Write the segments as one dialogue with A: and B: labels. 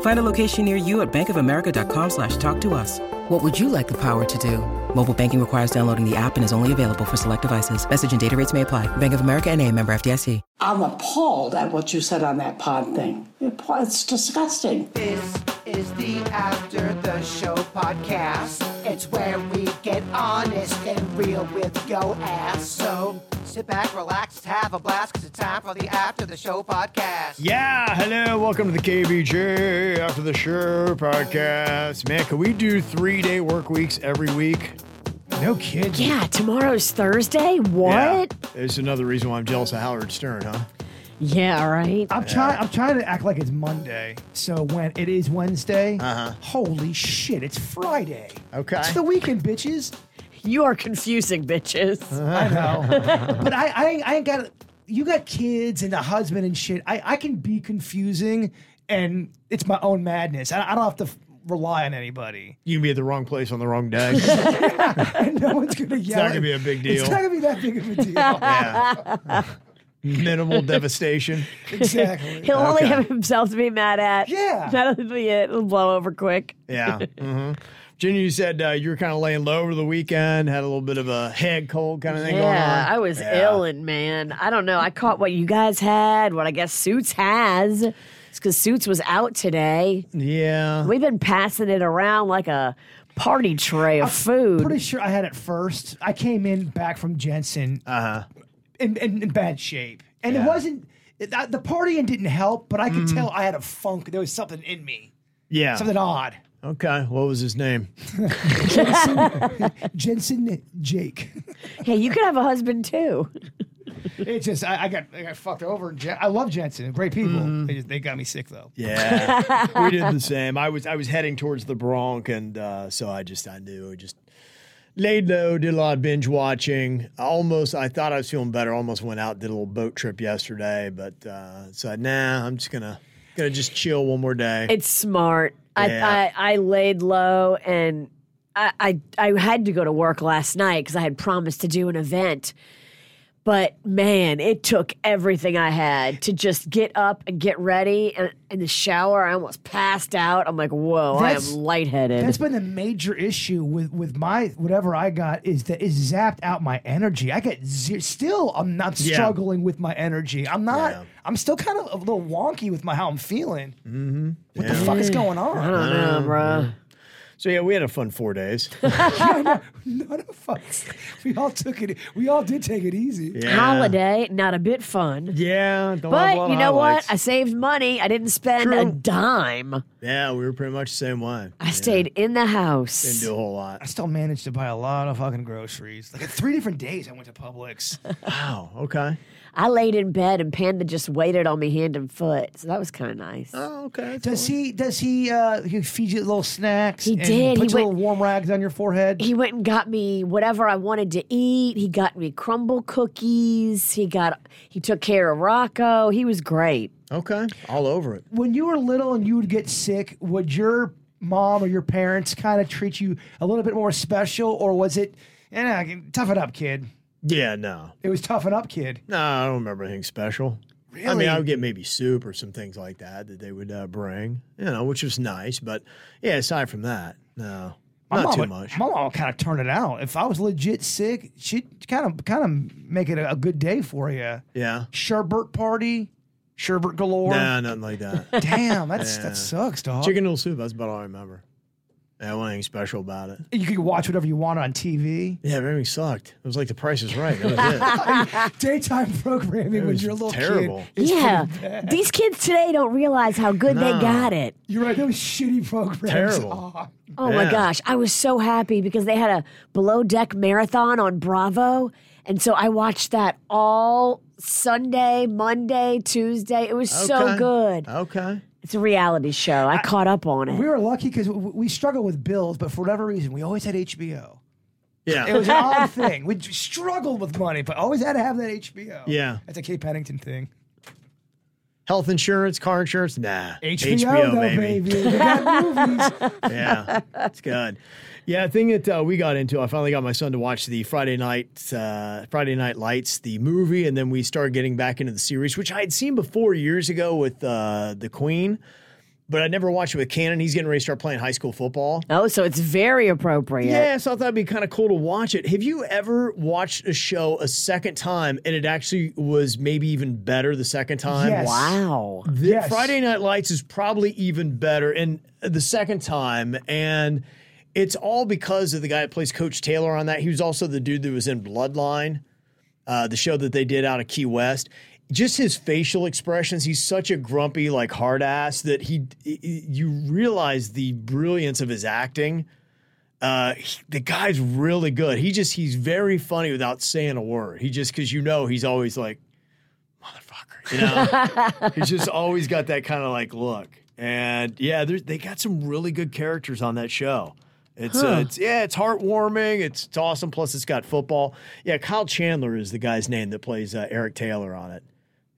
A: Find a location near you at bankofamerica.com slash talk to us. What would you like the power to do? Mobile banking requires downloading the app and is only available for select devices. Message and data rates may apply. Bank of America and a member FDIC.
B: I'm appalled at what you said on that pod thing. It's disgusting.
C: This is the After the Show podcast. It's where we get honest and real with yo ass. So sit back, relax, have a blast, because it's time for the After the Show podcast.
D: Yeah, hello, welcome to the KBJ After the Show podcast. Man, can we do three day work weeks every week? No kidding.
E: Yeah, tomorrow's Thursday.
D: Yeah.
E: What?
D: It's another reason why I'm jealous of Howard Stern, huh?
E: Yeah, right.
F: I'm trying. I'm trying to act like it's Monday. So when it is Wednesday, holy shit, it's Friday.
D: Uh-huh. Okay.
F: it's the weekend, bitches.
E: You are confusing bitches.
F: I know, but I, I, ain't- I ain't got. You got kids and a husband and shit. I, I can be confusing, and it's my own madness. I, I don't have to f- rely on anybody.
D: You can be at the wrong place on the wrong day.
F: And no one's gonna yell.
D: not
F: at-
D: gonna be a big
F: It's
D: deal.
F: not gonna be that big of a deal.
D: yeah. Minimal devastation.
F: exactly.
E: He'll only
D: Okay.
E: have himself to be mad at.
F: Yeah.
E: That'll be it. It'll blow over quick.
D: Yeah. hmm Jenny, you said uh, you were kind of laying low over the weekend, had a little bit of a head cold kind of thing going
E: Yeah,
D: on.
E: I was ill and man, I don't know. I caught what you guys had, what I guess Suits has. It's because Suits was out today.
D: Yeah.
E: We've been passing it around like a party tray of food.
F: Pretty sure I had it first. I came in back from Jensen
D: Uh-huh.
F: in, in, in bad shape. And it wasn't it- I- the partying didn't help, but I could tell I had a funk. There was something in me,
D: Yeah.
F: something odd.
D: Okay. What was his name?
F: Jensen Jake.
E: hey, you could have a husband too.
F: It's just I, I got I got fucked over. And Jen, I love Jensen. Great people. They, just, they got me sick though.
D: Yeah, we did the same. I was I was heading towards the Bronx, and uh, so I just I knew I just laid low, did a lot of binge watching. I almost I thought I was feeling better. Almost went out, did a little boat trip yesterday, but uh, so nah, I'm just gonna gonna just chill one more day.
E: It's smart.
D: Yeah.
E: I, I I laid low and I I, I had to go to work last night because I had promised to do an event. But man, it took everything I had to just get up and get ready. And in the shower, I almost passed out. I'm like, whoa,
F: That's-
E: I am lightheaded.
F: That's been the major issue with with my whatever I got is that it zapped out my energy. I get ze- still I'm not
D: Yeah.
F: struggling with my energy. I'm not.
D: Yeah.
F: I'm still kind of a little wonky with my how I'm feeling. Mm-hmm. What the fuck is going
E: I
F: on?
E: don't
D: Oh,
E: know, bruh.
D: so yeah, we had a fun four days.
F: None of us. We all took it. We all did take it easy.
D: Yeah.
E: Holiday, not a bit fun.
D: Yeah, don't have a lot
E: But
D: of
E: you know
D: highlights.
E: what? I saved money. I didn't spend a
D: True.
E: dime.
D: yeah, we were pretty much the same way.
E: I stayed in the house.
D: Didn't do a whole lot.
F: I still managed to buy a lot of fucking groceries. Like three different days, I went to Publix.
D: Wow. Oh, Okay.
E: I laid in bed and Panda just waited on me hand and foot. So that was kind of nice.
D: Oh, okay.
F: Does he? Does he? Uh, he feed you little snacks.
E: He
F: and
E: did.
F: Put
E: He
F: you little
E: went-
F: warm rags on your forehead.
E: He went and got me whatever I wanted to eat. He got me crumble cookies. He got he took care of Rocco. He was great.
D: Okay. All over it.
F: When you were little and you would get sick, would your mom or your parents kind of treat you a little bit more special, or was it? Eh, nah, tough it up, kid.
D: Yeah. No.
F: It was toughen up, kid.
D: No, I don't remember anything special. I mean,
F: Really?
D: I would get maybe soup or some things like that that they would uh, bring, you know, which was nice. But yeah, aside from that, no,
F: My
D: not
F: mom
D: too
F: would-
D: much.
F: My mom kind of turned it out. If I was legit sick, she'd kind of kind of make it a, a good day for you.
D: yeah,
F: Sherbert party, sherbet galore.
D: no, nothing like that.
F: Damn, that's that sucks, dog.
D: Chicken noodle soup. That's about all I remember. Yeah, wasn't anything special about it.
F: You could watch whatever you want on TV.
D: Yeah, everything sucked. It was like The Price is Right. That was it.
F: Daytime programming when
D: was
F: you're a little
D: terrible.
F: kid. is
E: yeah.
F: pretty bad.
E: These kids today don't realize how good
D: No.
E: they got it.
F: You're right. Those shitty programs.
D: Terrible.
F: are-
E: Oh my
D: Yeah.
E: gosh. I was so happy because they had a below deck marathon on Bravo. And so I watched that all Sunday, Monday, Tuesday. It was so
D: Okay.
E: good.
D: Okay.
E: It's a reality show. I, caught up on it.
F: We were lucky because we struggled with bills, but for whatever reason, we always had HBO. It
D: Yeah.
F: was an odd thing. We j- struggled with money, but always had to have that HBO.
D: Yeah.
F: That's a Kate Pennington thing.
D: Health insurance, car insurance, nah.
F: HBO, though, baby. They got movies.
D: yeah, it's good. Yeah, thing that uh, we got into, I finally got my son to watch the Friday night, uh, Friday Night Lights, the movie, and then we started getting back into the series, which I had seen before years ago with uh, the Queen, but I never watched it with Cannon. He's getting ready to start playing high school football.
E: oh, so it's very appropriate.
D: Yeah, so I thought it'd be kind of cool to watch it. Have you ever watched a show a second time and it actually was maybe even better the second time?
F: Yes.
E: Wow.
D: The
F: Yes.
D: Friday Night Lights is probably even better, and the second time, and it's all because of the guy that plays Coach Taylor on that. He was also the dude that was in Bloodline, uh, the show that they did out of Key West. Just his facial expressions. He's such a grumpy, like hard ass that he. he- You realize the brilliance of his acting. Uh, he- the guy's really good. He just he's very funny without saying a word. He just because you know he's always like motherfucker. You know, he's just always got that kind of like look. And yeah, there's- they got some really good characters on that show. It's, uh, it's yeah, it's heartwarming. It's, it's awesome. Plus, it's got football. Yeah, Kyle Chandler is the guy's name that plays uh, Eric Taylor on it.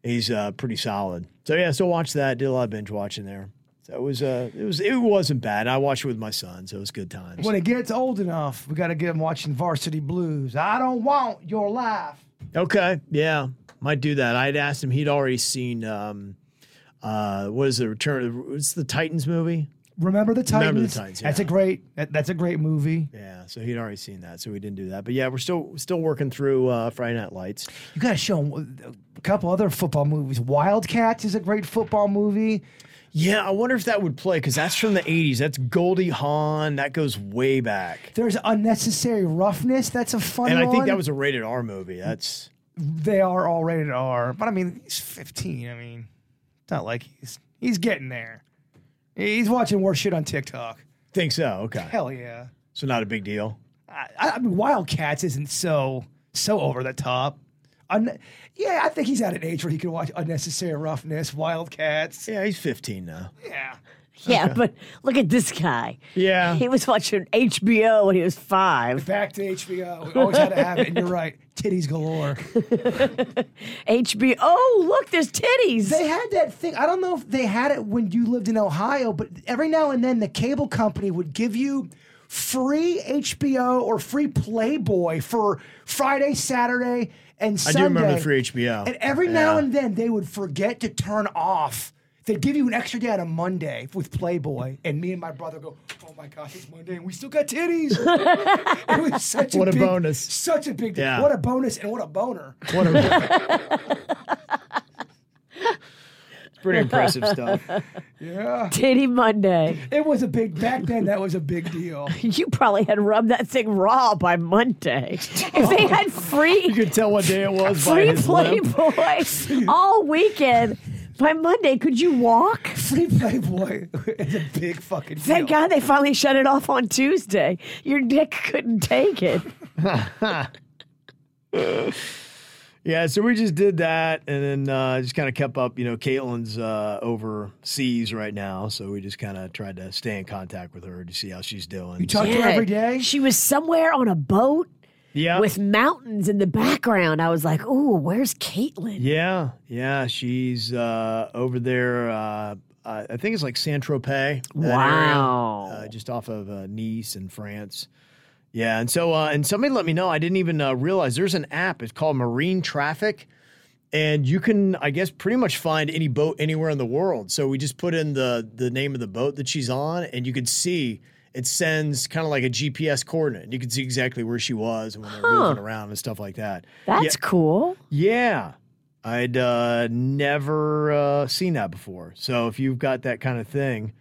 D: He's uh, pretty solid. So yeah, so watch that. Did a lot of binge watching there. So it was uh, it was it wasn't bad. I watched it with my son, so it was good times.
F: when it gets old enough, we got to get them watching Varsity Blues. I don't want your life.
D: Okay, yeah, might do that. I'd asked him. He'd already seen um, uh, what is the return? What's the Titans movie?
F: Remember the Titans?
D: Remember the Titans,
F: That's a
D: yeah.
F: great. That, that's a great movie.
D: Yeah, so he'd already seen that, so we didn't do that. But yeah, we're still still working through uh, Friday Night Lights.
F: You got to show 'em uh, a couple other football movies. Wildcats is a great football movie.
D: Yeah, I wonder if that would play because that's from the '80s. That's Goldie Hawn. That goes way back.
F: There's unnecessary roughness. That's a fun
D: And I think
F: one.
D: that was a rated R movie. That's
F: they are all rated R. But I mean, he's 15. I mean, it's not like he's he's getting there. He's watching worse shit on TikTok.
D: think so. Okay,
F: Hell yeah.
D: so not a big deal.
F: I, I mean, Wildcats isn't so so over the top. Un- yeah, I think he's at an age where he can watch unnecessary roughness, Wildcats.
D: Yeah, he's 15 now.
F: Yeah.
E: Yeah, but look at this guy.
D: Yeah.
E: He was watching HBO when he was five.
F: Back to HBO. We always had to have it, and you're right. Titties galore.
E: HBO. Oh, look, there's titties.
F: They had that thing. I don't know if they had it when you lived in Ohio, but every now and then the cable company would give you free HBO or free Playboy for Friday, Saturday, and
D: I
F: Sunday.
D: do remember the free HBO.
F: And every now
D: Yeah.
F: and then they would forget to turn off. They'd give you an extra day on a Monday with Playboy, and me and my brother go, "Oh my gosh, it's Monday, and we still got titties!" it was such
D: What a
F: big-
D: bonus.
F: such a big,
D: Yeah.
F: what a bonus, and what a boner.
D: What a pretty impressive stuff.
F: Yeah,
E: Titty Monday.
F: it was a big back then. That was a big deal.
E: You probably had rubbed that thing raw by Monday. If they had
D: You
E: free
D: could tell what day it was by
E: free
D: his limp.
E: Playboy all weekend, by Monday, could you walk?
F: Free Playboy is a big fucking deal.
E: Thank God they finally shut it off on Tuesday. Your dick couldn't take it.
D: Yeah, so we just did that, and then uh, just kind of kept up. You know, Caitlin's uh, overseas right now, so we just kind of tried to stay in contact with her to see how she's doing.
F: You talk to her every day.
E: She was somewhere on a boat
D: yeah,
E: with mountains in the background. I was like, "Ooh, where's Caitlin?"
D: yeah, yeah. She's uh, over there. Uh, I I think it's like Saint Tropez. that area,
E: Wow.
D: uh, just off of uh, Nice in France. Yeah, and so uh, and somebody let me know. I didn't even uh, realize there's an app. It's called Marine Traffic, and you can, I guess, pretty much find any boat anywhere in the world. So we just put in the the name of the boat that she's on, and you could see it sends kind of like a GPS coordinate. You can see exactly where she was and when they were moving around and stuff like that.
E: That's
D: Yeah.
E: cool.
D: Yeah. I'd uh, never uh, seen that before. So if you've got that kind of thing,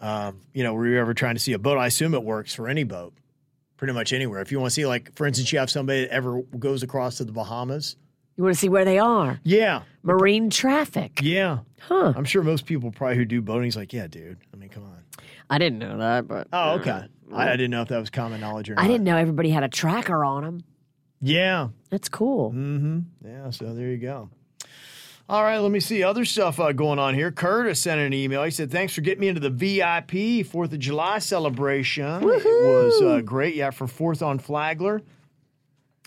D: Um, you know, were you ever trying to see a boat? I assume it works for any boat, pretty much anywhere. If you want to see, like, for instance, you have somebody that ever goes across to the Bahamas.
E: You want to see where they are.
D: Yeah.
E: Marine traffic.
D: Yeah.
E: Huh.
D: I'm sure most people probably who do boating's like, yeah, dude. I mean, come on.
E: I didn't know that, but
D: Oh, okay. I, I didn't know if that was common knowledge or not.
E: I didn't know everybody had a tracker on them.
D: Yeah.
E: That's cool.
D: Mm-hmm. Yeah. So there you go. All right. Let me see other stuff uh, going on here. Curtis sent an email. He said, "Thanks for getting me into the VIP Fourth of July celebration. It was uh, great. Yeah, for Fourth on Flagler.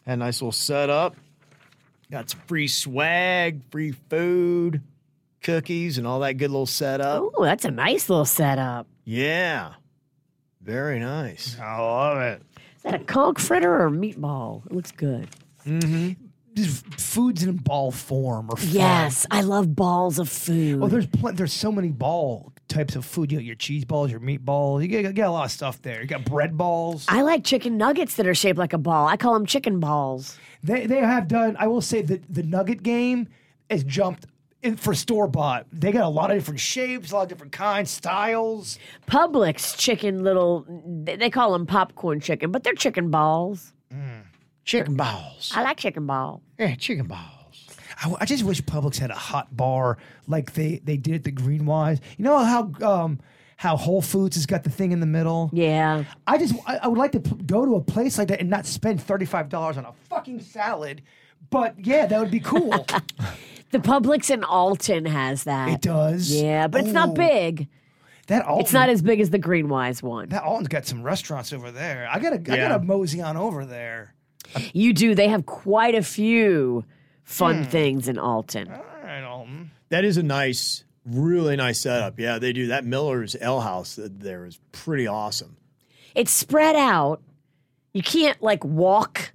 D: Had a nice little setup. Got some free swag, free food, cookies, and all that good little setup.
E: Oh, that's a nice little setup.
D: Yeah. Very nice.
G: I love it.
E: Is that a conch fritter or a meatball? It looks good.
F: Just foods in ball form or fun.
E: Yes, I love balls of food.
F: Oh, there's pl- there's so many ball types of food. You got your cheese balls, your meatballs. You got, got a lot of stuff there. You got bread balls.
E: I like chicken nuggets that are shaped like a ball. I call them chicken balls.
F: They they have done. I will say that the nugget game has jumped in for store bought. They got a lot of different shapes, a lot of different kinds, styles.
E: Publix chicken little, they they call them popcorn chicken, but they're chicken balls.
D: Chicken balls.
E: I like Eh, chicken ball.
D: Yeah, chicken balls.
F: I, w- I just wish Publix had a hot bar like they they did at the Greenwise. You know how um how Whole Foods has got the thing in the middle.
E: Yeah.
F: I just I, I would like to p- go to a place like that and not spend thirty five dollars on a fucking salad. But yeah, that would be cool.
E: The Publix in Alton has that.
F: it does.
E: Yeah, but it's
F: Ooh,
E: not big.
F: That Alton,
E: It's not as big as the Greenwise one.
F: that Alton's got some restaurants over there. I gotta I
D: Yeah.
F: gotta mosey on over there.
E: You do. They have quite a few
F: Hmm.
E: fun things in Alton.
F: All right, Alton.
D: That is a nice, really nice setup. Yeah, they do. That Miller's L House that there is pretty awesome.
E: It's spread out. You can't like walk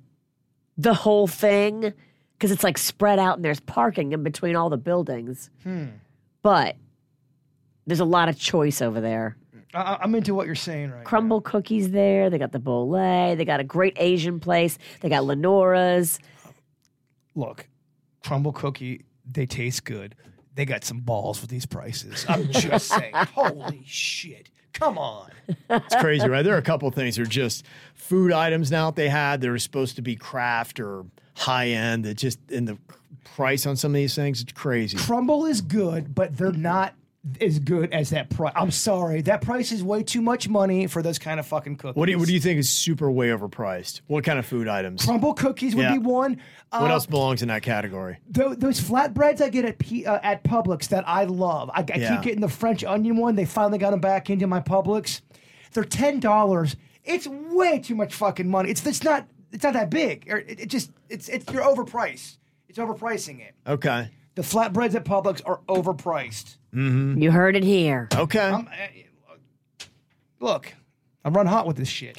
E: the whole thing because it's like spread out and there's parking in between all the buildings.
F: Hmm.
E: But there's a lot of choice over there.
F: I- I, I'm into what you're saying right. now.
E: Crumble cookies there. They got the Bolay. They got a great Asian place. They got Lenora's.
F: Look, crumble cookie. They taste good. They got some balls with these prices. I'm just saying. Holy shit! Come on.
D: It's crazy, right? There are a couple of things that are just food items now that they had that are supposed to be craft or high end that just in the price on some of these things, it's crazy.
F: Crumble is good, but they're not as good as that price. I'm sorry, that price is way too much money for those kind of fucking cookies.
D: What do you, what do you think is super way overpriced? What kind of food items?
F: Crumble cookies would
D: Yeah.
F: be one. Uh,
D: What else belongs in that category?
F: tho- those flatbreads I get at P, uh, at Publix that I love. I, I
D: Yeah.
F: keep getting the French onion one. They finally got them back into my Publix. They're ten dollars. It's way too much fucking money. It's it's not it's not that big. Or It, it just it's it's you're overpriced. It's overpricing it.
D: Okay.
F: The flatbreads at Publix are overpriced.
E: You heard it here.
D: Okay.
F: I'm, I- look, I run hot with this shit.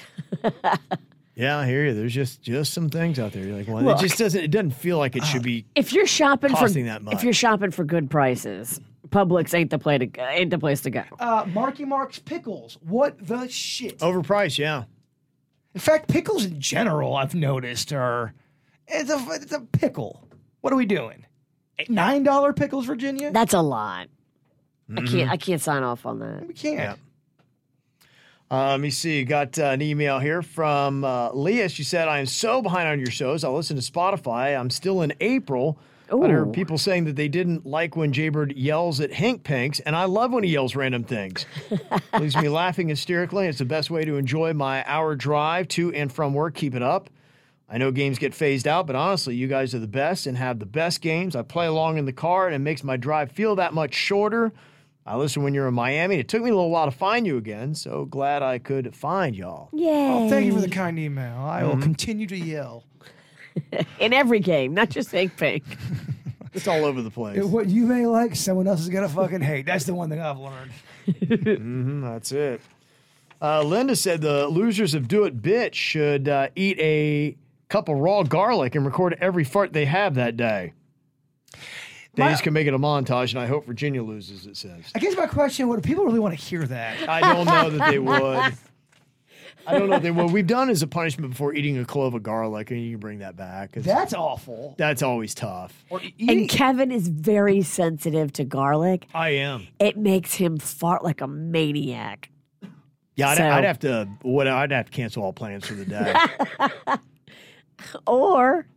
D: yeah, I hear you. There's just just some things out there. You're like, well, it just doesn't it doesn't feel like it should be
E: If you're shopping for
D: Costing that much.
E: if you're shopping for good prices, Publix ain't the play to ain't the place to go.
F: Uh, Marky Mark's pickles. What the shit?
D: overpriced, yeah.
F: In fact, pickles in general, I've noticed, are it's a it's a pickle. What are we doing? Eh, Nine dollar pickles, Virginia?
E: That's a lot.
D: Mm-hmm.
E: I can't. I can't sign off on that.
F: we can't.
D: Yeah. Uh, let me see. Got uh, an email here from uh, Leah. She said, I am so behind on your shows. I listen to Spotify. I'm still in April. I
E: Ooh.
D: heard people saying that they didn't like when Jaybird yells at Hank Panks, and I love when he yells random things. Leaves me laughing hysterically. It's the best way to enjoy my hour drive to and from work. Keep it up. I know games get phased out, but honestly, you guys are the best and have the best games. I play along in the car, and it makes my drive feel that much shorter. I listen when you're in Miami. It took me a little while to find you again, so glad I could find y'all.
E: Yay!
F: Thank you for the kind email. I will continue to yell.
E: In every game, not just Hank Pink.
D: It's all over the place.
F: What you may like, someone else is gonna fucking hate. That's the one thing I've learned.
D: That's it. Uh, Linda said the losers of Do It Bitch should uh, eat a cup of raw garlic and record every fart they have that day. They just can make it a montage, and I hope Virginia loses, it says.
F: I guess my question: Would people really want to hear that?
D: I don't know that they would. I don't know. They, what we've done is a punishment before eating a clove of garlic, and you can bring that back. 'cause
F: That's awful.
D: that's always tough.
F: Or
E: And
F: eating-
E: Kevin is very sensitive to garlic.
D: I am.
E: It makes him fart like a maniac.
D: Yeah, I'd,
E: So-
D: I'd have to. What I'd have to cancel all plans for the day.
E: Or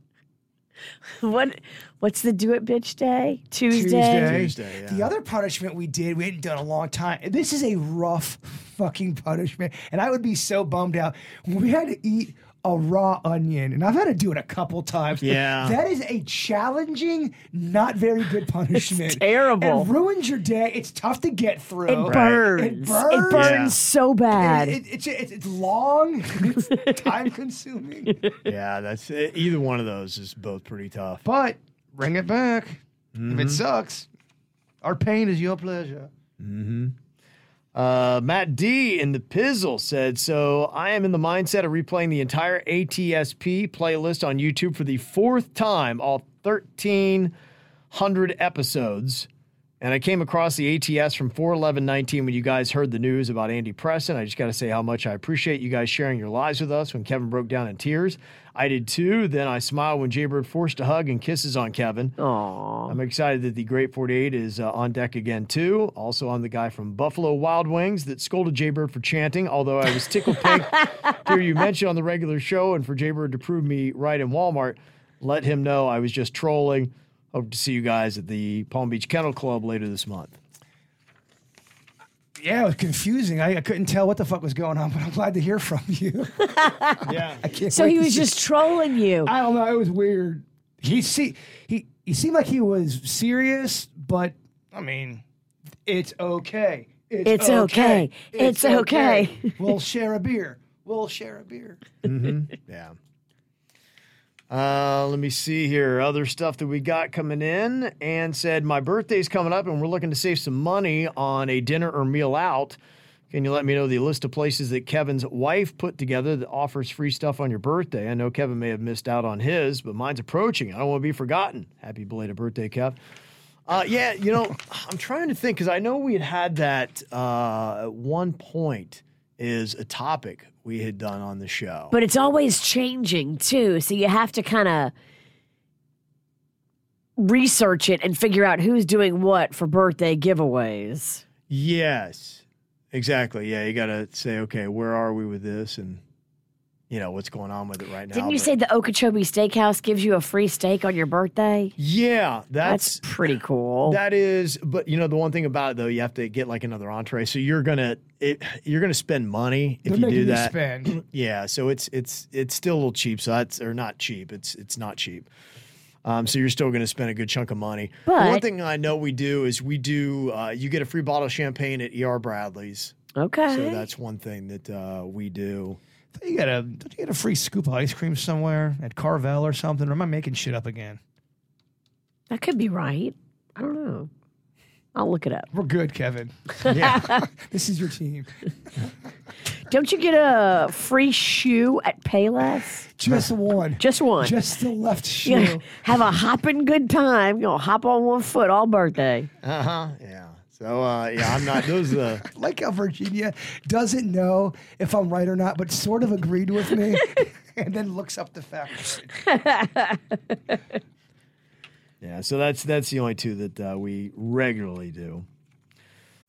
E: what? What's the do it bitch day? Tuesday.
D: Tuesday. yeah.
F: The other punishment we did, we hadn't done in a long time. This is a rough fucking punishment. And I would be so bummed out. We had to eat a raw onion, and I've had to do it a couple times.
D: Yeah.
F: That is a challenging, not very good punishment.
E: terrible.
F: It ruins your day. It's tough to get through.
E: It burns.
F: It
E: It
F: burns.
E: burns
D: Yeah.
E: so bad.
F: It- it- it's, it's, it's long, it's time consuming,
D: yeah, that's e, either one of those is both pretty tough.
F: but bring it back. If
D: Mm-hmm.
F: it sucks, our pain is your pleasure.
D: Uh, Matt D in the Pizzle said, So I am in the mindset of replaying the entire ATSP playlist on YouTube for the fourth time, all 1,300 episodes. And I came across the ATS from 41119 when you guys heard the news about Andy Preston. I just got to say how much I appreciate you guys sharing your lives with us when Kevin broke down in tears. I did too. Then I smiled when Jaybird forced a hug and kisses on Kevin. I'm excited that the Great 48 is uh, on deck again, too. Also, I'm the guy from Buffalo Wild Wings that scolded Jaybird for chanting, although I was tickled pink to hear you mention on the regular show and for Jaybird to prove me right in Walmart. Let him know I was just trolling. Hope to see you guys at the Palm Beach Kennel Club later this month.
F: Yeah, it was confusing. I, I couldn't tell what the fuck was going on, but I'm glad to hear from you.
D: Yeah.
F: I can't
E: so
F: wait
E: he
F: to
E: was
F: see-
E: just trolling you.
F: I don't know. It was weird. He see he he seemed like he was serious, but I mean, it's okay.
E: It's okay. It's okay.
F: we'll share a beer. We'll share a beer.
D: Yeah. Uh, let me see here. Other stuff that we got coming in and said, My birthday's coming up and we're looking to save some money on a dinner or meal out. Can you let me know the list of places that Kevin's wife put together that offers free stuff on your birthday? I know Kevin may have missed out on his, but mine's approaching. I don't want to be forgotten. Happy belated birthday, Kev. Uh, yeah, you know, I'm trying to think because I know we had had that uh, at one point is a topic we had done on the show.
E: but it's always changing too. So you have to kind of research it and figure out who's doing what for birthday giveaways.
D: Yes, exactly. Yeah, you got to say, okay, where are we with this, and you know what's going on with it right now.
E: Didn't you
D: but-
E: say the Okeechobee Steakhouse gives you a free steak on your birthday?
D: Yeah, that's,
E: That's pretty cool.
D: that is. But you know, the one thing about it though, you have to get like another entree, so you're gonna it, you're gonna spend money if
F: They're
D: you
F: making
D: do that.
F: spend.
D: Yeah, so it's it's it's still a little cheap. So that's or not cheap. It's it's not cheap. Um, so you're still going to spend a good chunk of money. The one
E: But-
D: thing I know we do is we do. Uh, you get a free bottle of champagne at ER Bradley's.
E: okay.
D: So that's one thing that uh, we do.
F: You got a don't you get a free scoop of ice cream somewhere at Carvel or something? Or am I making shit up again?
E: that could be right. I don't know. I'll look it up.
F: We're good, Kevin.
D: Yeah.
F: This is your team.
E: Don't you get a free shoe at Payless?
F: Just one.
E: Just one.
F: Just the left shoe.
E: You know, have a hopping good time. You know, hop on one foot all birthday.
D: uh huh. Yeah. So uh, yeah, I'm not. Those are the.
F: like how Virginia doesn't know if I'm right or not, but sort of agreed with me and then looks up the facts.
D: Yeah. So that's that's the only two that uh, we regularly do.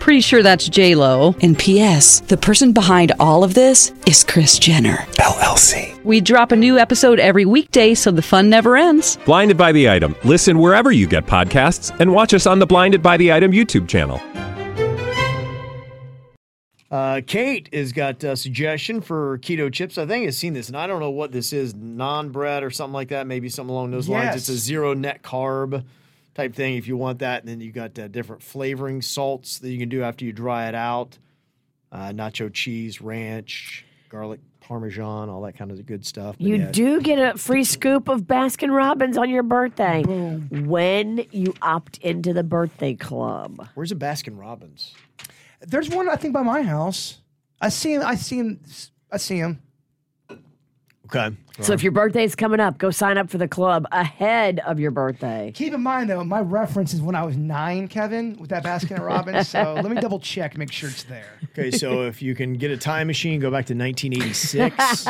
H: Pretty sure that's J Lo.
I: And P.S. The person behind all of this is Chris Jenner.
J: LLC.
H: We drop a new episode every weekday, so the fun never ends.
J: Blinded by the item. Listen wherever you get podcasts, and watch us on the Blinded by the Item YouTube channel.
D: Uh, Kate has got a suggestion for keto chips. I think I've seen this, and I don't know what this is non bread or something like that, maybe something along those lines.
F: Yes.
D: It's a zero net carb type thing if you want that. And then you got uh, different flavoring salts that you can do after you dry it out uh, nacho cheese, ranch, garlic parmesan, all that kind of good stuff. But
E: You
D: yeah,
E: do get a free scoop of Baskin Robbins on your birthday when you opt into the birthday club.
D: Where's a Baskin Robbins?
F: There's one I think by my house. I see him. I see him. I see him.
D: Okay.
E: So if your birthday's coming up, go sign up for the club ahead of your birthday.
F: Keep in mind though, my reference is when I was nine, Kevin, with that Baskin Robbins. so let me double check, make sure it's there.
D: Okay, so if you can get a time machine, go back to 1986,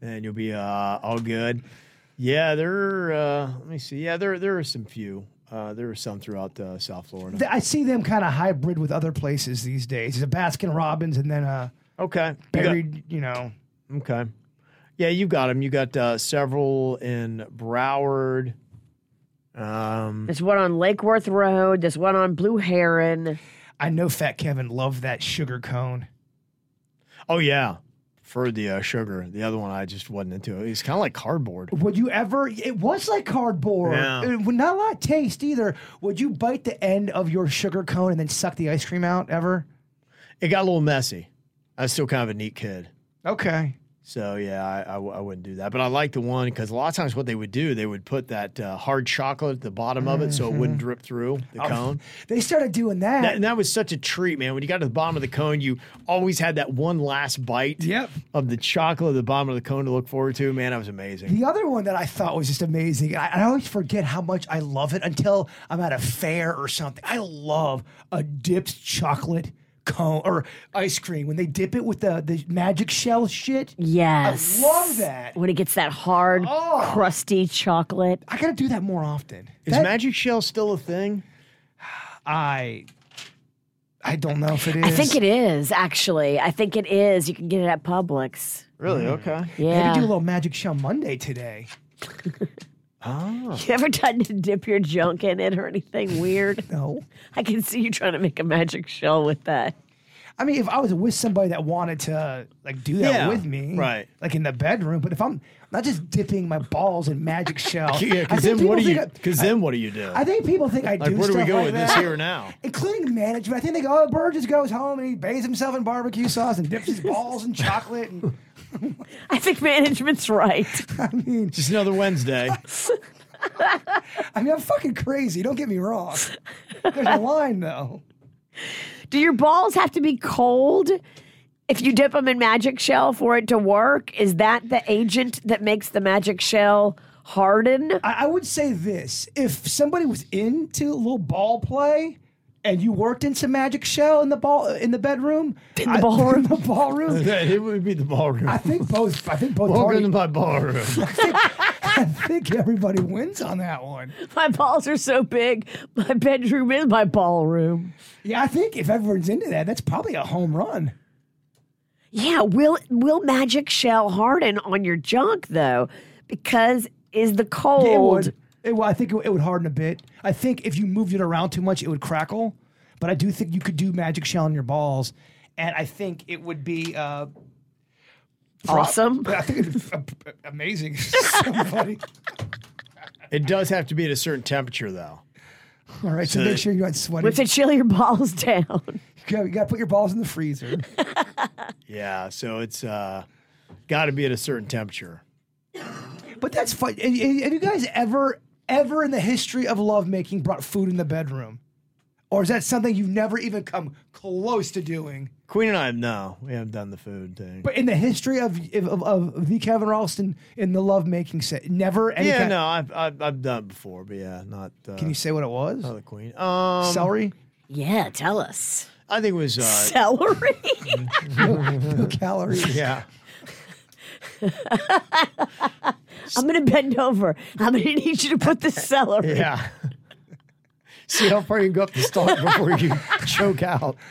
D: and you'll be uh, all good. Yeah, there. Are, uh, let me see. Yeah, there there are some few. Uh, there are some throughout uh, South Florida.
F: Th- I see them kind of hybrid with other places these days. There's a Baskin Robbins and then a
D: Okay, you got-
F: buried, you know.
D: okay, yeah, you got them. You got uh, several in Broward. Um,
E: There's one on Lake Worth Road. There's one on Blue Heron.
F: I know Fat Kevin loved that sugar cone.
D: oh yeah, for the uh, sugar. The other one I just wasn't into. It's kind of like cardboard.
F: Would you ever? It was like cardboard.
D: Yeah.
F: It would not a lot of taste either. Would you bite the end of your sugar cone and then suck the ice cream out ever?
D: It got a little messy. I was still kind of a neat kid.
F: Okay.
D: So yeah, I, I w- I wouldn't do that. But I like the one because a lot of times what they would do, they would put that uh, hard chocolate at the bottom of it so it
F: Mm-hmm.
D: wouldn't drip through the
F: Oh.
D: cone.
F: They started doing that.
D: That, and that was such a treat, man. When you got to the bottom of the cone, you always had that one last bite
F: Yep.
D: of the chocolate at the bottom of the cone to look forward to. Man, that was amazing.
F: The other one that I thought was just amazing, I, I always forget how much I love it until I'm at a fair or something. I love a dipped chocolate cone or ice cream when they dip it with the, the magic shell shit.
E: Yes.
F: I love that. Oh.
E: When it gets that hard, crusty chocolate.
F: I gotta do that more often.
D: Is
F: That-
D: Magic Shell still a thing?
F: I I don't know if it is.
E: I think it is, actually. I think it is. You can get it at Publix.
D: Really?
F: Mm.
D: Okay.
E: Yeah.
F: Maybe do a little magic shell Monday today.
D: Oh.
E: You ever tried to dip your junk in it or anything weird?
F: No.
E: I can see you trying to make a magic shell with that.
F: I mean, if I was with somebody that wanted to like do that
D: Yeah,
F: with me,
D: right.
F: Like in the bedroom, but if I'm not just dipping my balls in magic shell,
D: Yeah,
F: I
D: because
F: think
D: then what
F: people
D: do you?
F: think I-
D: Because then what do you do?
F: I think people think I
D: like,
F: do.
D: where do we
F: stuff
D: go
F: like
D: with
F: that,
D: this here now?
F: Including management, I think they go. Oh, Bird just goes home and he bathes himself in barbecue sauce and dips his balls in chocolate. And
E: I think management's right.
F: I mean,
D: Just another Wednesday.
F: I mean, I'm fucking crazy. Don't get me wrong. There's a line though.
E: Do your balls have to be cold if you dip them in magic shell for it to work? Is that the agent that makes the magic shell harden?
F: I, I would say this: if somebody was into a little ball play. And you worked in some magic shell in the ball in the bedroom, in
E: the ballroom?
F: in the ballroom.
D: it would be the ballroom.
F: I think both. I think both.
D: Welcome
F: parties-
D: to my ballroom.
F: I think everybody wins on that one.
E: My balls are so big, my bedroom is my ballroom.
F: Yeah, I think if everyone's into that, that's probably a home run.
E: Yeah, will will magic shell harden on your junk though? Because is the cold
F: It would. It, would- I think it, would- it would harden a bit. I think if you moved it around too much, it would crackle. But I do think you could do magic shell on your balls, and I think it would be. Uh,
E: awesome?
F: I think it's a- a- amazing. Somebody.
D: It does have to be at a certain temperature, though.
F: All right, so,
D: So-
F: make sure you aren't sweating.
E: But to chill your balls down.
F: You gotta, you gotta put your balls in the freezer.
D: Yeah, so it's uh, got to be at a certain temperature.
F: But that's fun. And- and- Have you guys ever, ever in the history of lovemaking brought food in the bedroom? Or is that something you've never even come close to doing?
D: Queen and I, no, we haven't done the food thing.
F: But in the history of of, of the Kevin Ralston in the lovemaking set, never any.
D: yeah,
F: kind-
D: no, I've, I've I've done it before, but yeah, not. Uh,
F: Can you say what it was?
D: not the Queen? Um,
F: Celery,
E: Yeah, tell us.
D: I think it was. Uh,
E: Celery?
F: no calories.
D: yeah,
E: I'm gonna bend over. I'm gonna need you to put the celery.
D: yeah. See how far you can go up the stalk before you choke out.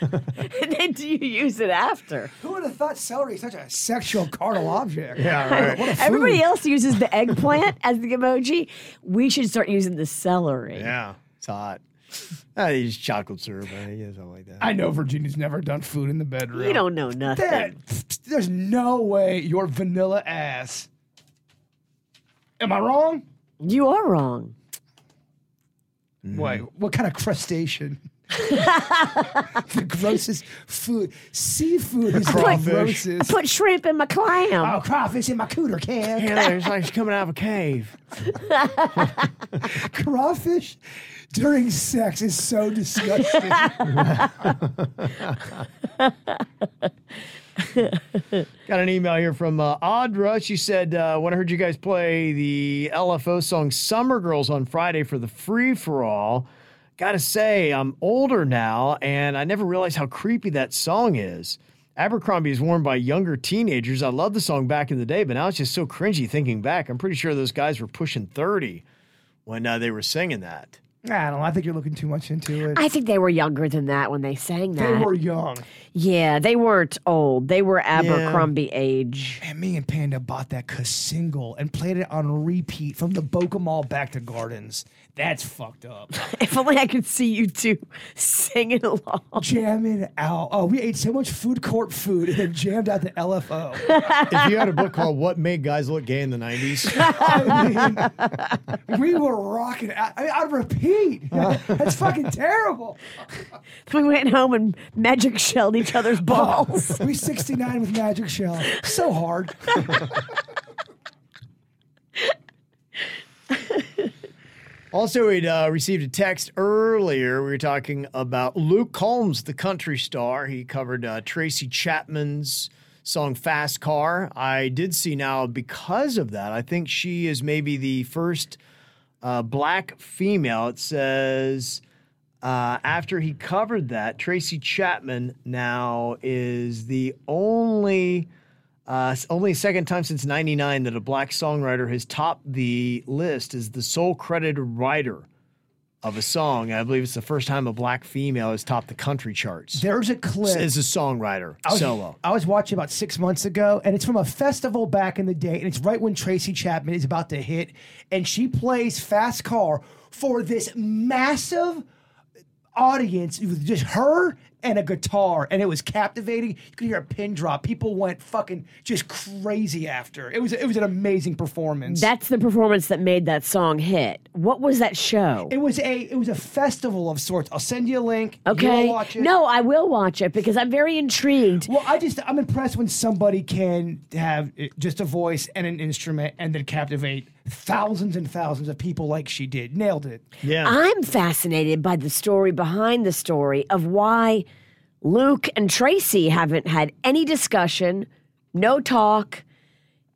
E: And then do you use it after?
F: Who would have thought celery is such a sexual carnal object?
D: Yeah, right.
F: What a food.
E: Everybody else uses the eggplant as the emoji. We should start using the celery.
D: Yeah, it's hot. I use chocolate syrup. I guess I like that.
K: I know Virginia's never done food in the bedroom.
E: You don't know nothing.
K: That- there's no way your vanilla ass. Am I wrong?
E: You are wrong.
K: Wait,
F: what kind of crustacean? the grossest food. Seafood is the
D: Crawfish.
F: grossest.
E: Put shrimp in my clam.
F: Oh, crawfish in my cooter can.
D: It's like she's coming out of a cave.
F: crawfish during sex is so disgusting.
D: Got an email here from uh, Audra. She said, uh, When I heard you guys play the LFO song Summer Girls on Friday for the free for all, gotta say, I'm older now and I never realized how creepy that song is. Abercrombie is worn by younger teenagers. I loved the song back in the day, but now it's just so cringy thinking back. I'm pretty sure those guys were pushing 30 when uh, they were singing that.
F: I don't know. I think you're looking too much into it.
E: I think they were younger than that when they sang
F: they
E: that.
F: were young.
E: yeah, they weren't old. They were Abercrombie age.
F: And me and Panda bought that ca- single and played it on repeat from the Boca Mall back to Gardens. That's fucked up.
E: If only I could see you two singing along.
F: Jamming out. Oh, we ate so much food court food and then jammed out the LFO.
D: If you had a book called What Made Guys Look Gay in the 90s,
F: I mean, we were rocking out. I mean, I'd repeat. That's fucking terrible.
E: We went home and magic shelled each other's
F: Oh.
E: balls.
F: We 69 with Magic Shell. So hard.
D: Also, we'd uh, received a text earlier. We were talking about Luke Holmes, the country star. He covered uh, Tracy Chapman's song Fast Car. I did see now, because of that, I think she is maybe the first uh, black female. It says uh, after he covered that, Tracy Chapman now is the only. Uh, s- only second time since 99 that a black songwriter has topped the list as the sole credited writer of a song. I believe it's the first time a black female has topped the country charts
F: There's a
D: s-
F: clip.
D: as a songwriter
F: I was,
D: solo.
F: I was watching about six months ago, and it's from a festival back in the day, and it's right when Tracy Chapman is about to hit, and she plays Fast Car for this massive audience with just her and a guitar, and it was captivating. You could hear a pin drop. People went fucking just crazy after. It was it was an amazing performance.
E: That's the performance that made that song hit. What was that show?
F: it was a it was a festival of sorts. I'll send you a link.
E: Okay.
F: You'll watch it.
E: No, I will watch it because I'm very intrigued.
F: Well, I just I'm impressed when somebody can have uh, just a voice and an instrument and then captivate thousands and thousands of people like she did. Nailed it.
D: Yeah.
E: I'm fascinated by the story behind the story of why Luke and Tracy haven't had any discussion, no talk,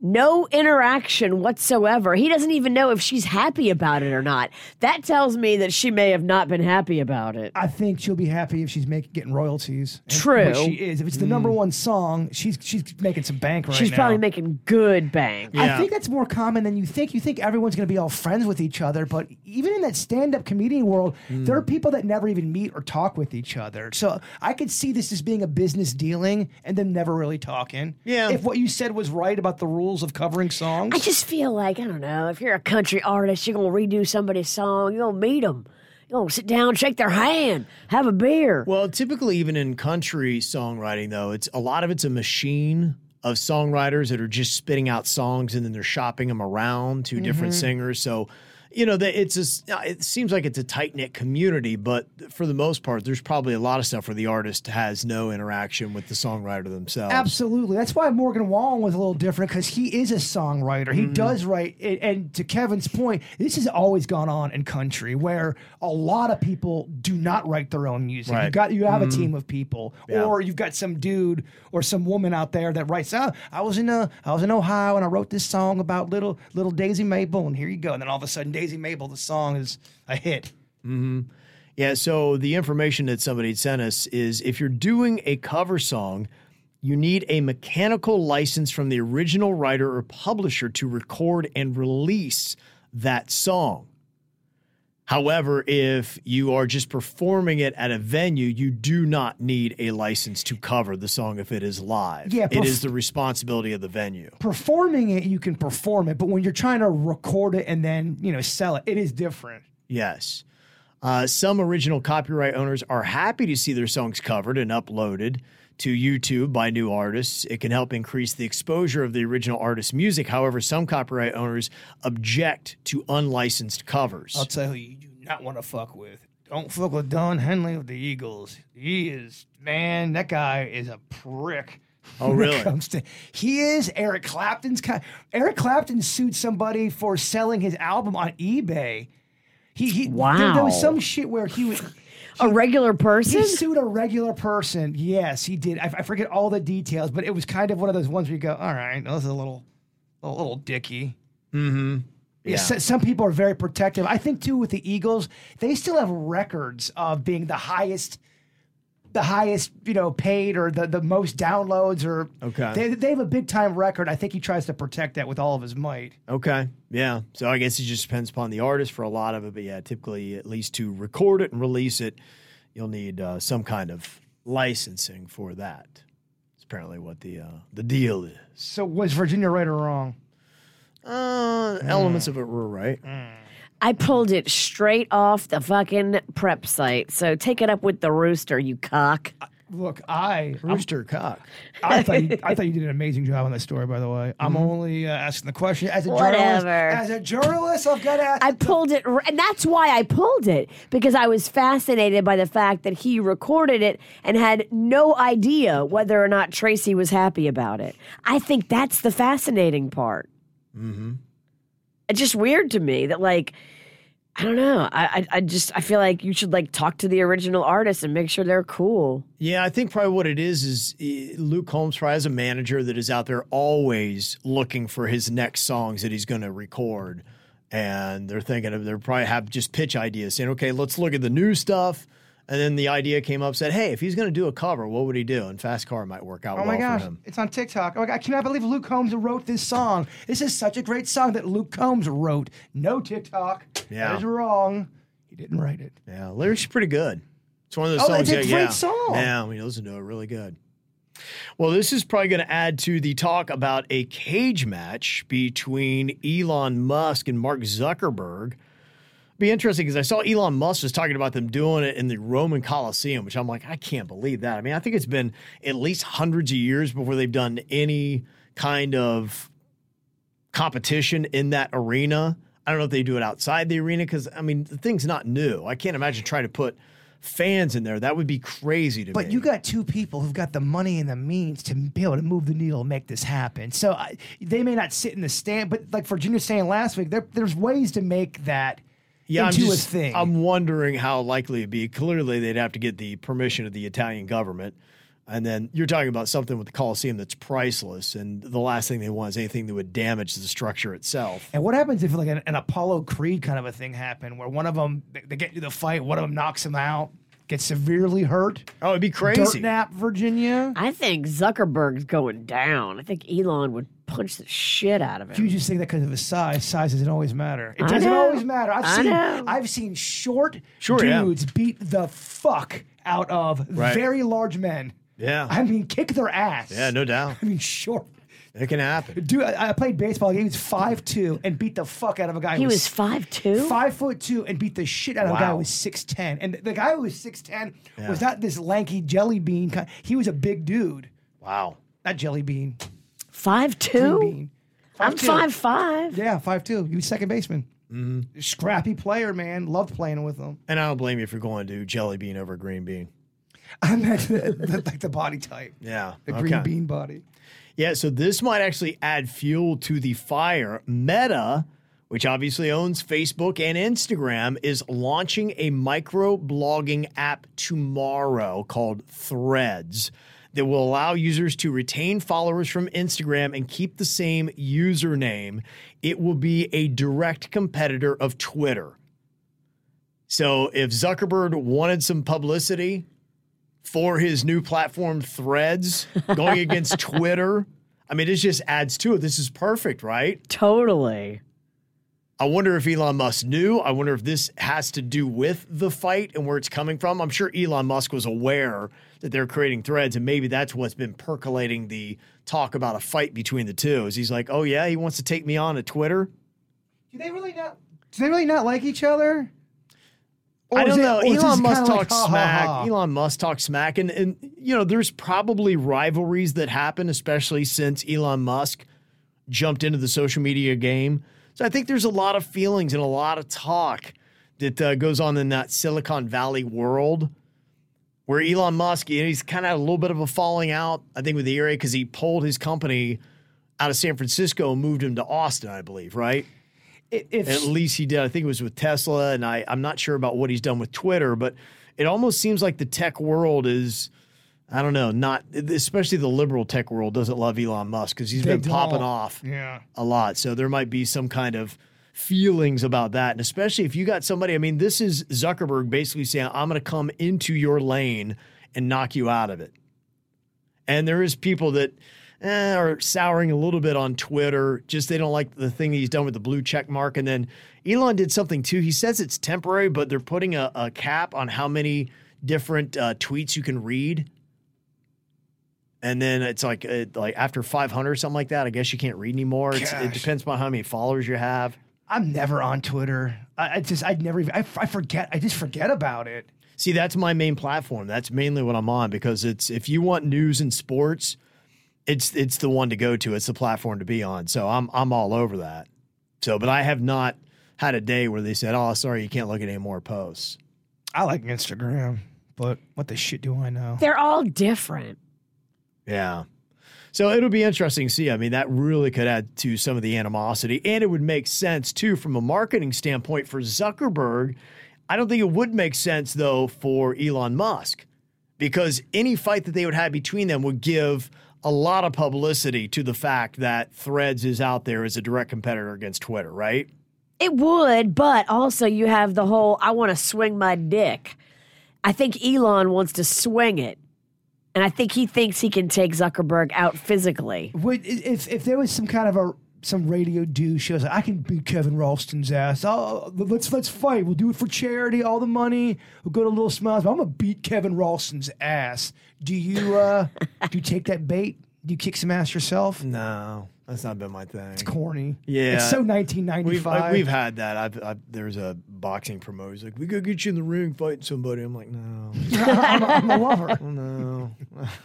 E: no interaction whatsoever. He doesn't even know if she's happy about it or not. That tells me that she may have not been happy about it.
F: I think she'll be happy if she's making getting royalties. And-
E: True. Hmm.
F: which she is. If it's the number one song, she's she's making some bank right
E: she's
F: now.
E: probably making good bank.
F: I think that's more common than you think. You think everyone's going to be all friends with each other, but even in that stand-up comedian world, there are people that never even meet or talk with each other. So I could see this as being a business dealing and them never really talking.
D: Yeah.
F: If what you said was right about the rules of covering songs,
E: I just feel like, I don't know, if you're a country artist, you're going to redo somebody's song, you're going to meet them. You're going to sit down, shake their hand, have a beer.
D: Well, typically, even in country songwriting, though, it's a lot of it's a machine of songwriters that are just spitting out songs and then they're shopping them around to different singers. So, you know, that it's just, uh, it seems like it's a tight knit community, but for the most part, there's probably a lot of stuff where the artist has no interaction with the songwriter themselves.
F: Absolutely. That's why Morgan Wallen was a little different because he is a songwriter. He does write. And, and to Kevin's point, this has always gone on in country where a lot of people do not write their own music. You
D: Right.
F: got you have a team of people, or you've got some dude or some woman out there that writes. Oh, I was in uh, I was in Ohio and I wrote this song about little little Daisy Mabel, and here you go. And then all of a sudden, Daisy Mabel, the song is a hit.
D: Yeah, so the information that somebody had sent us is if you're doing a cover song, you need a mechanical license from the original writer or publisher to record and release that song. However, if you are just performing it at a venue, you do not need a license to cover the song if it is live.
F: Yeah,
D: it
F: perf-
D: is the responsibility of the venue.
F: Performing it, you can perform it, but when you're trying to record it and then you know sell it, it is different.
D: Yes. Uh, some original copyright owners are happy to see their songs covered and uploaded to YouTube by new artists. It can help increase the exposure of the original artist's music. However, some copyright owners object to unlicensed covers.
F: I'll tell you, you do not want to fuck with. Don't fuck with Don Henley of the Eagles. He is man. That guy is a prick.
D: Oh,
F: when it
D: really?
F: comes to- he is Eric Clapton's kind. Eric Clapton sued somebody for selling his album on eBay. He, he There, there was
E: Wow.
F: some shit where he was
E: a regular person.
F: He sued a regular person. Yes, he did. I, I forget all the details, but it was kind of one of those ones where you go, "All right, this is a little, a little dicky."
D: Mm-hmm.
F: Yeah. so- some people are very protective. I think too with the Eagles, they still have records of being the highest, the highest you know paid or the, the most downloads or
D: Okay.
F: They, they have a big time record. I think he tries to protect that with all of his might.
D: Okay. Yeah. So I guess it just depends upon the artist for a lot of it. But yeah, typically, at least to record it and release it, you'll need uh, some kind of licensing for that. It's apparently what the uh, the deal is.
F: So was Virginia right or wrong?
D: Uh, Elements of it were right.
E: I pulled it straight off the fucking prep site. So take it up with the rooster, you cock.
F: Look, I
D: Rooster cock.
F: I thought you, I thought you did an amazing job on this story. By the way,
D: Mm-hmm.
F: I'm only uh, asking the question as a journalist.
E: Whatever.
F: As a journalist, I've got to ask.
E: I pulled it, r- and that's why I pulled it because I was fascinated by the fact that he recorded it and had no idea whether or not Tracy was happy about it. I think that's the fascinating part.
D: Mm-hmm.
E: It's just weird to me that, like, I don't know. I, I, I just I feel like you should like talk to the original artist and make sure they're cool.
D: Yeah, I think probably what it is is eh, Luke Holmes probably has a manager that is out there always looking for his next songs that he's going to record, and they're thinking of they probably have just pitch ideas saying, okay, let's look at the new stuff, and then the idea came up said, hey, if he's going to do a cover, what would he do? And Fast Car might work out
F: Oh
D: well
F: my gosh,
D: for him.
F: it's on TikTok. Oh my God, I cannot believe Luke Combs wrote this song. This is such a great song that Luke Combs wrote. No TikTok.
D: Yeah.
F: That is wrong. He didn't write it.
D: Yeah, lyrics are pretty good. It's one of those
F: Oh,
D: songs.
F: it's a
D: that-
F: great
D: yeah,
F: song.
D: Yeah, when you listen to it, really good. Well, this is probably going to add to the talk about a cage match between Elon Musk and Mark Zuckerberg. Be interesting because I saw Elon Musk was talking about them doing it in the Roman Coliseum, which I'm like, I can't believe that. I mean, I think it's been at least hundreds of years before they've done any kind of competition in that arena. I don't know if they do it outside the arena because I mean the thing's not new. I can't imagine trying to put fans in there. That would be crazy to
F: But
D: me.
F: you got two people who've got the money and the means to be able to move the needle and make this happen. So I, they may not sit in the stand, but like Virginia was saying last week, there, there's ways to make that
D: yeah,
F: into
D: I'm
F: a
D: just,
F: thing.
D: I'm wondering how likely it'd be. Clearly, they'd have to get the permission of the Italian government. And then you're talking about something with the Coliseum that's priceless, and the last thing they want is anything that would damage the structure itself.
F: And what happens if like an, an Apollo Creed kind of a thing happened where one of them they, they get into the fight, one of them knocks him out, gets severely hurt.
D: Oh, it'd be
F: Dirt nap, Virginia.
E: I think Zuckerberg's going down. I think Elon would punch the shit out of him.
F: You just think that because of his size, size doesn't always matter. It
E: I
F: doesn't
E: know.
F: always matter. I've
E: I
F: seen
E: know.
F: I've seen short
D: Sure, yeah.
F: dudes beat the fuck out of
D: Right.
F: very large men.
D: Yeah.
F: I mean, kick their ass.
D: yeah, no doubt.
F: I mean, short.
D: It can happen.
F: Dude, I, I played baseball. He was five two and beat the fuck out of a guy.
E: He
F: who
E: was five two.
F: five foot two and beat the shit out of a guy
D: Wow.
F: who was six ten. And the guy who was six ten
D: Yeah.
F: was not this lanky jelly bean. Kind. He was a big dude,
D: Wow.
F: not jelly bean.
E: Five
F: Green
E: two.
F: bean.
E: I'm
F: two.
E: five five.
F: Yeah, five two. He was second baseman.
D: Mm-hmm.
F: Scrappy player, man. Loved playing with him.
D: And I don't blame you if you're going to do jelly bean over green bean.
F: I meant the, the- like the body type,
D: Yeah.
F: the
D: okay.
F: green bean body.
D: Yeah, so this might actually add fuel to the fire. Meta, which obviously owns Facebook and Instagram, is launching a micro blogging app tomorrow called Threads that will allow users to retain followers from Instagram and keep the same username. It will be a direct competitor of Twitter. So if Zuckerberg wanted some publicity, for his new platform threads going against Twitter. I mean, it just adds to it. This is perfect, right?
E: Totally.
D: I wonder if Elon Musk knew. I wonder if this has to do with the fight and where it's coming from. I'm sure Elon Musk was aware that they're creating threads, and maybe that's what's been percolating the talk about a fight between the two. Is he's like, oh yeah, he wants to take me on at Twitter.
F: Do they really not? Do they really not like each other?
D: I don't
L: is it-
D: know.
L: or is
D: Elon
L: it
D: must
L: kinda
D: talk
L: like, ha, ha,
D: smack.
L: ha?
D: Elon must talk smack, and and you know, there's probably rivalries that happen, especially since Elon Musk jumped into the social media game. So I think there's a lot of feelings and a lot of talk that uh, goes on in that Silicon Valley world, where Elon Musk, you know, he's kind of had a little bit of a falling out, I think, with the area because he pulled his company out of San Francisco and moved him to Austin, I believe, right?
L: if-
D: At least he did. I think it was with Tesla, and I, I'm not sure about what he's done with Twitter, but it almost seems like the tech world is, I don't know, not especially the liberal tech world doesn't love Elon Musk because he's
F: They
D: been popping
F: don't. Mm.
D: off
F: Yeah.
D: a lot. So there might be some kind of feelings about that. And especially if you got somebody, I mean, this is Zuckerberg basically saying, I'm going to come into your lane and knock you out of it. And there is people that eh, are souring a little bit on Twitter. Just they don't like the thing that he's done with the blue check mark. And then Elon did something too. He says it's temporary, but they're putting a, a cap on how many different uh, tweets you can read. And then it's like uh, like after 500 or something like that, I guess you can't read anymore. It's, it
F: Gosh.
D: depends upon how many followers you have.
F: I'm never on Twitter. I, I just, I'd never even, I, I forget, I just forget about it.
D: See, that's my main platform. That's mainly what I'm on because it's if you want news and sports, it's it's the one to go to. It's the platform to be on. So I'm I'm all over that. So, but I have not had a day where they said, "Oh, sorry, you can't look at any more posts."
F: I like Instagram, but what the shit do I know?
E: They're all different.
D: Yeah. So it'll be interesting to see. I mean, that really could add to some of the animosity. And it would make sense, too, from a marketing standpoint for Zuckerberg. I don't think it would make sense, though, for Elon Musk, because any fight that they would have between them would give a lot of publicity to the fact that Threads is out there as a direct competitor against Twitter, right?
E: It would, but also you have the whole I want to swing my dick. I think Elon wants to swing it. And I think he thinks he can take Zuckerberg out physically.
F: Would i- if if there was some kind of a some radio do shows like I can beat Kevin Ralston's ass. Oh, let's let's fight. We'll do it for charity. All the money. We'll go to Little Smiles. But I'm gonna beat Kevin Ralston's ass. Do you uh do you take that bait? Do you kick some ass yourself?
D: No, that's not been my thing. It's
F: corny.
D: Yeah.
F: It's so
D: We've,
F: 1995.
D: I- we've had that. I've, I've, there's a boxing promoter. He's like, we could get you in the ring fighting somebody. I'm like, no.
F: I'm, a- I'm a lover.
D: no.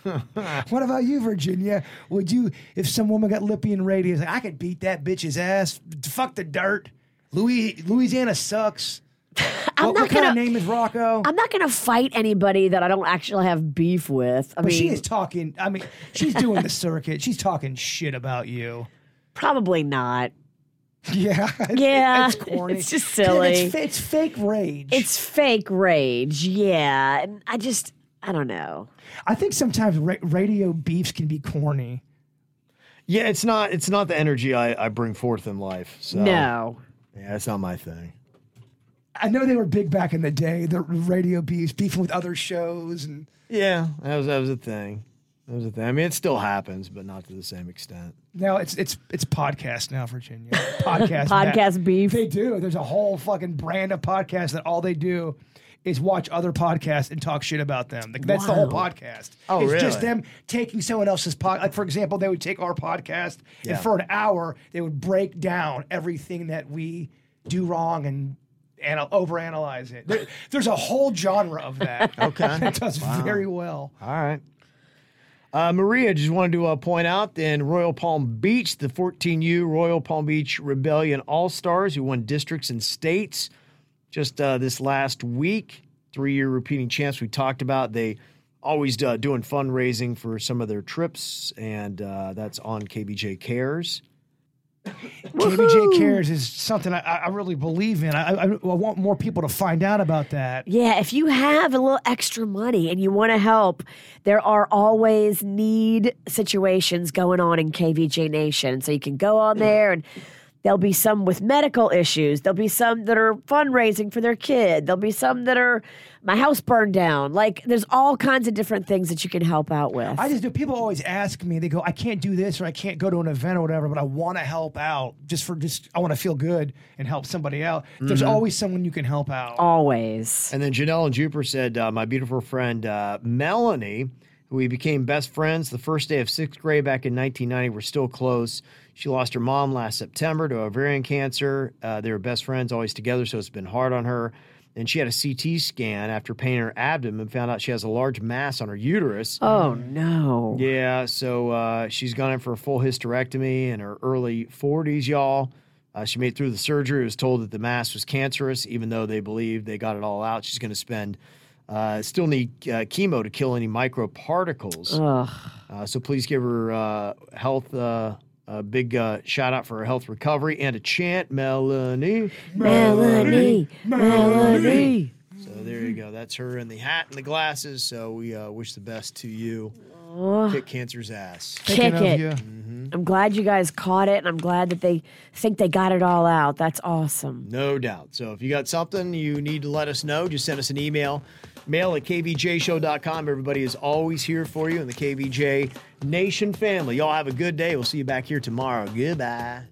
F: what about you, Virginia? Would you, if some woman got lippy in radio, it's like I could beat that bitch's ass. Fuck the dirt. Louis, Louisiana sucks.
E: I'm
F: what
E: not
F: what kind
E: gonna-
F: of name is Rocco?
E: I'm not going to fight anybody that I don't actually have beef with. I
F: but
E: mean,
F: she is talking. I mean, she's doing the circuit. She's talking shit about you.
E: probably not.
F: Yeah.
E: Yeah.
F: It's corny.
E: It's just
F: It's-
E: silly.
F: It's, fa- it's fake rage.
E: It's fake rage. Yeah. And I just, I don't know.
F: I think sometimes ra- radio beefs can be corny.
D: Yeah, it's not it's not the energy I, I bring forth in life. So
E: No.
D: Yeah, it's not my thing.
F: I know they were big back in the day. The radio beefs, beefing with other shows, and
D: Yeah, that was that was a thing. That was a thing. I mean it still happens, but not to the same extent.
F: now it's it's it's podcast now, Virginia. Podcast,
E: Podcast beef.
F: They do. There's a whole fucking brand of podcasts that all they do is watch other podcasts and talk shit about them. Like, that's the whole
D: Wow.
F: podcast.
D: Oh,
F: it's just
D: really?
F: them taking someone else's pod. Like for example, they would take our podcast
D: Yeah.
F: and for an hour they would break down everything that we do wrong and. And overanalyze it. There- there's a whole genre of that.
D: Okay.
F: that does very well.
D: All right. Uh, Maria just wanted to uh, point out in Royal Palm Beach, the 14U Royal Palm Beach Rebellion All Stars, who won districts and states just uh, this last week. Three year repeating champs we talked about. They always uh, doing fundraising for some of their trips, and uh, that's on KBJ Cares.
F: KBJ Cares is something I, I really believe in. I, I, I want more people to find out about that.
E: Yeah, if you have a little extra money and you want to help, there are always need situations going on in KVJ Nation. So you can go on there and there'll be some with medical issues. There'll be some that are fundraising for their kid. There'll be some that are my house burned down. Like there's all kinds of different things that you can help out with.
F: I just do. People always ask me. They go, "I can't do this, or I can't go to an event, or whatever." But I want to help out, just for just I want to feel good and help somebody out. There's always someone you can help out.
E: Oh, always.
D: And then Janelle and Jupiter said, uh, My beautiful friend uh, Melanie, who we became best friends the first day of sixth grade back in 1990, we're still close. She lost her mom last September to ovarian cancer. Uh, they were best friends, always together, so it's been hard on her. Then she had a CT scan after pain in her abdomen, found out she has a large mass on her uterus.
E: Oh,
F: Mm.
E: no.
D: Yeah, so uh, she's gone in for a full hysterectomy in her early 40s, y'all. Uh, she made it through the surgery, was told that the mass was cancerous, even though they believe they got it all out. She's going to spend, uh, still need uh, chemo to kill any microparticles.
E: Ugh.
D: Uh, so please give her uh, health. Uh, a big uh, shout out for her health recovery and a chant, Melanie.
E: Melanie, Melanie.
D: So there you go. That's her in the hat and the glasses. So we uh, wish the best to you.
E: Oh.
D: Kick cancer's ass.
E: Kick it. I'm glad you guys caught it, and I'm glad that they think they got it all out. That's awesome.
D: No doubt. So if you got something you need to let us know, just send us an email. Mail at kvjshow.com. Everybody is always here for you in the KVJ Nation family. Y'all have a good day. We'll see you back here tomorrow. Goodbye.